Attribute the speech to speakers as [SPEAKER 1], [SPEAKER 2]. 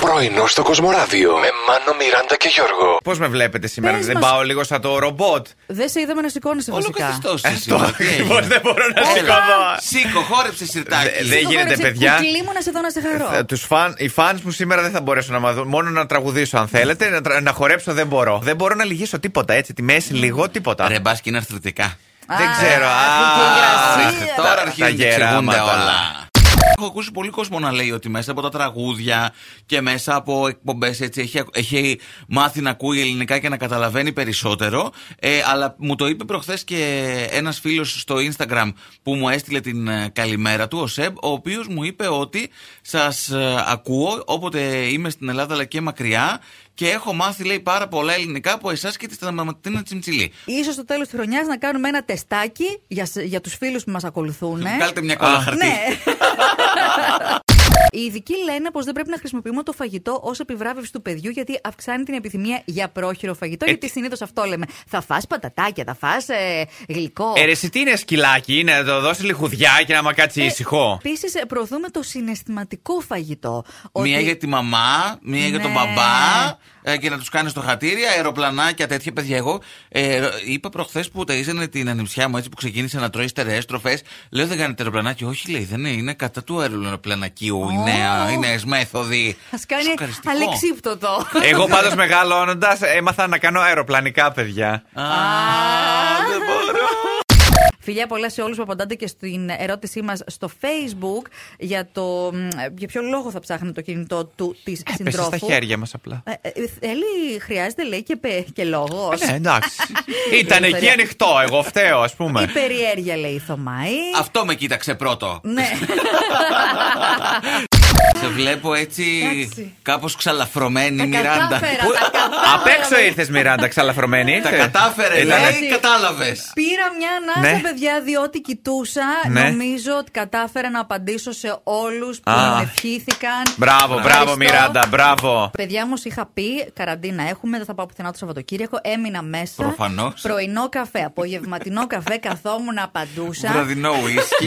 [SPEAKER 1] Πρωινό στο Κοσμοράδιο με Μάνο, Μιράντα και Γιώργο.
[SPEAKER 2] Πώς με βλέπετε σήμερα,
[SPEAKER 3] Πες
[SPEAKER 2] δεν
[SPEAKER 3] μας.
[SPEAKER 2] πάω λίγο σαν το ρομπότ.
[SPEAKER 3] Δεν σε είδαμε να σηκώνεσαι
[SPEAKER 4] Όλο
[SPEAKER 3] βασικά.
[SPEAKER 4] καθιστός εσύ.
[SPEAKER 2] Το
[SPEAKER 4] Τι έγινε.
[SPEAKER 2] ακριβώς Ε, δεν μπορώ να
[SPEAKER 4] Έλα.
[SPEAKER 2] σηκωθώ.
[SPEAKER 4] Σήκω, χόρεψε
[SPEAKER 2] Δε-
[SPEAKER 4] σιρτάκι.
[SPEAKER 2] δε-
[SPEAKER 3] Σήκω,
[SPEAKER 2] Ε, γίνεται,
[SPEAKER 3] χόρεψε.
[SPEAKER 2] παιδιά.
[SPEAKER 3] Κουκλί μου να σε δω να σε χαρώ.
[SPEAKER 2] Ε, Τους φαν, οι φαν μου σήμερα δεν θα μπορέσουν να μα δουν. Μόνο να τραγουδήσω, αν θέλετε. Να, τρα- να χορέψω δεν μπορώ. Δεν μπορώ να λυγίσω τίποτα έτσι. Τη μέση λίγο, τίποτα.
[SPEAKER 4] Ρε μπας και είναι αρθρωτικά.
[SPEAKER 2] δεν
[SPEAKER 3] Α,
[SPEAKER 2] ξέρω.
[SPEAKER 3] αυτή
[SPEAKER 2] Α,
[SPEAKER 3] η υγρασία.
[SPEAKER 2] τα-
[SPEAKER 4] Τώρα
[SPEAKER 2] τα
[SPEAKER 4] αρχίζουν και
[SPEAKER 2] γεράματα.
[SPEAKER 4] εξηγούνται όλα. Έχω ακούσει πολύ κόσμο να λέει ότι μέσα από τα τραγούδια και μέσα από εκπομπές έτσι έχει, έχει μάθει να ακούει ελληνικά και να καταλαβαίνει περισσότερο. Ε, αλλά μου το είπε προχθές και ένας φίλος στο Instagram που μου έστειλε την ε, καλημέρα του, ο Σεμ, ο οποίος μου είπε ότι σας ακούω όποτε είμαι στην Ελλάδα αλλά και μακριά και έχω μάθει, λέει, πάρα πολλά ελληνικά από εσάς και τη Σταματίνα Τσιμτσιλή.
[SPEAKER 3] Ίσως στο τέλος της χρονιάς να κάνουμε ένα τεστάκι για, σ- για τους φίλους που μας ακολουθούν. ε.
[SPEAKER 4] Κάλτε μια κόλλα
[SPEAKER 2] Ναι. Α.
[SPEAKER 4] χαρτί.
[SPEAKER 3] Ναι. Οι ειδικοί λένε πως δεν πρέπει να χρησιμοποιούμε το φαγητό ως επιβράβευση του παιδιού, γιατί αυξάνει την επιθυμία για πρόχειρο
[SPEAKER 2] Ε,
[SPEAKER 3] φαγητό. γιατί συνήθως αυτό λέμε. Θα φας πατατάκια, θα φας ε, γλυκό.
[SPEAKER 2] Ε, ρε, εσύ τι είναι σκυλάκι, είναι να το δώσει λιχουδιά και να μα
[SPEAKER 3] Ε,
[SPEAKER 2] κάτσει ήσυχο.
[SPEAKER 3] Επίσης, προωθούμε το συναισθηματικό φαγητό.
[SPEAKER 4] Μία
[SPEAKER 3] Ότι-
[SPEAKER 4] για τη μαμά, μία για τον
[SPEAKER 3] Ναι.
[SPEAKER 4] μπαμπά. ε, και να τους κάνεις στοχατήρια, αεροπλανάκια, τέτοια παιδιά. Εγώ ε, είπα προχθές που ταΐζανε την ανιψιά μου έτσι που ξεκίνησε να τρώει στερεέ τροφέ. Λέω δεν κάνετε αεροπλανάκι. Όχι, λέει, δεν είναι, είναι κατά του αεροπλανακίου. η νέα, οι νέε μέθοδοι.
[SPEAKER 3] Σα κάνει
[SPEAKER 4] Σοκαριστικό.
[SPEAKER 3] αλεξίπτωτο.
[SPEAKER 2] Εγώ πάντως μεγάλώνοντα έμαθα να κάνω αεροπλανικά, παιδιά.
[SPEAKER 4] Α, δεν μπορώ.
[SPEAKER 3] Φιλιά πολλά σε όλους που απαντάτε και στην ερώτησή μας στο facebook για το μ, για ποιο λόγο θα ψάχνει το κινητό του της
[SPEAKER 2] Ε, Πέσε
[SPEAKER 3] συντρόφου.
[SPEAKER 2] στα χέρια μας απλά.
[SPEAKER 3] Ε, ε, θέλει, χρειάζεται λέει και, πε, και λόγος.
[SPEAKER 2] Ναι, εντάξει. Ήταν εκεί
[SPEAKER 3] Ελευθερία.
[SPEAKER 2] ανοιχτό, εγώ φταίω, ας πούμε.
[SPEAKER 3] Η περιέργεια λέει Θωμάη.
[SPEAKER 4] Αυτό με κοίταξε πρώτο.
[SPEAKER 3] Ναι.
[SPEAKER 4] Σε βλέπω έτσι
[SPEAKER 3] Εντάξει.
[SPEAKER 4] κάπως ξαλαφρωμένη
[SPEAKER 3] Τα
[SPEAKER 4] Μιράντα.
[SPEAKER 3] κατάφερα,
[SPEAKER 4] Πού-
[SPEAKER 3] τα κατάφερα.
[SPEAKER 2] Απ' έξω ήρθες, Μιράντα, ξαλαφρωμένη.
[SPEAKER 4] Τα
[SPEAKER 2] ήρθες.
[SPEAKER 3] Ε,
[SPEAKER 4] κατάφερε,
[SPEAKER 2] Ήτανε-
[SPEAKER 4] λέει, κατάλαβες.
[SPEAKER 3] Πήρα μια ανάσα,
[SPEAKER 2] Ναι.
[SPEAKER 3] παιδιά, διότι κοιτούσα.
[SPEAKER 2] Ναι.
[SPEAKER 3] Νομίζω ότι κατάφερα να απαντήσω σε όλους που
[SPEAKER 2] Α.
[SPEAKER 3] με ευχήθηκαν.
[SPEAKER 2] Μπράβο, μπράβο,
[SPEAKER 3] Ευχαριστώ.
[SPEAKER 2] Μιράντα, μπράβο.
[SPEAKER 3] Παιδιά μου, σου είχα πει καραντίνα έχουμε, δεν θα πάω πουθενά το Σαββατοκύριακο. Έμεινα μέσα.
[SPEAKER 4] Προφανώς.
[SPEAKER 3] Πρωινό καφέ, απογευματινό καφέ, καθόμουν, απαντούσα.
[SPEAKER 4] Βραδινό ουίσκι.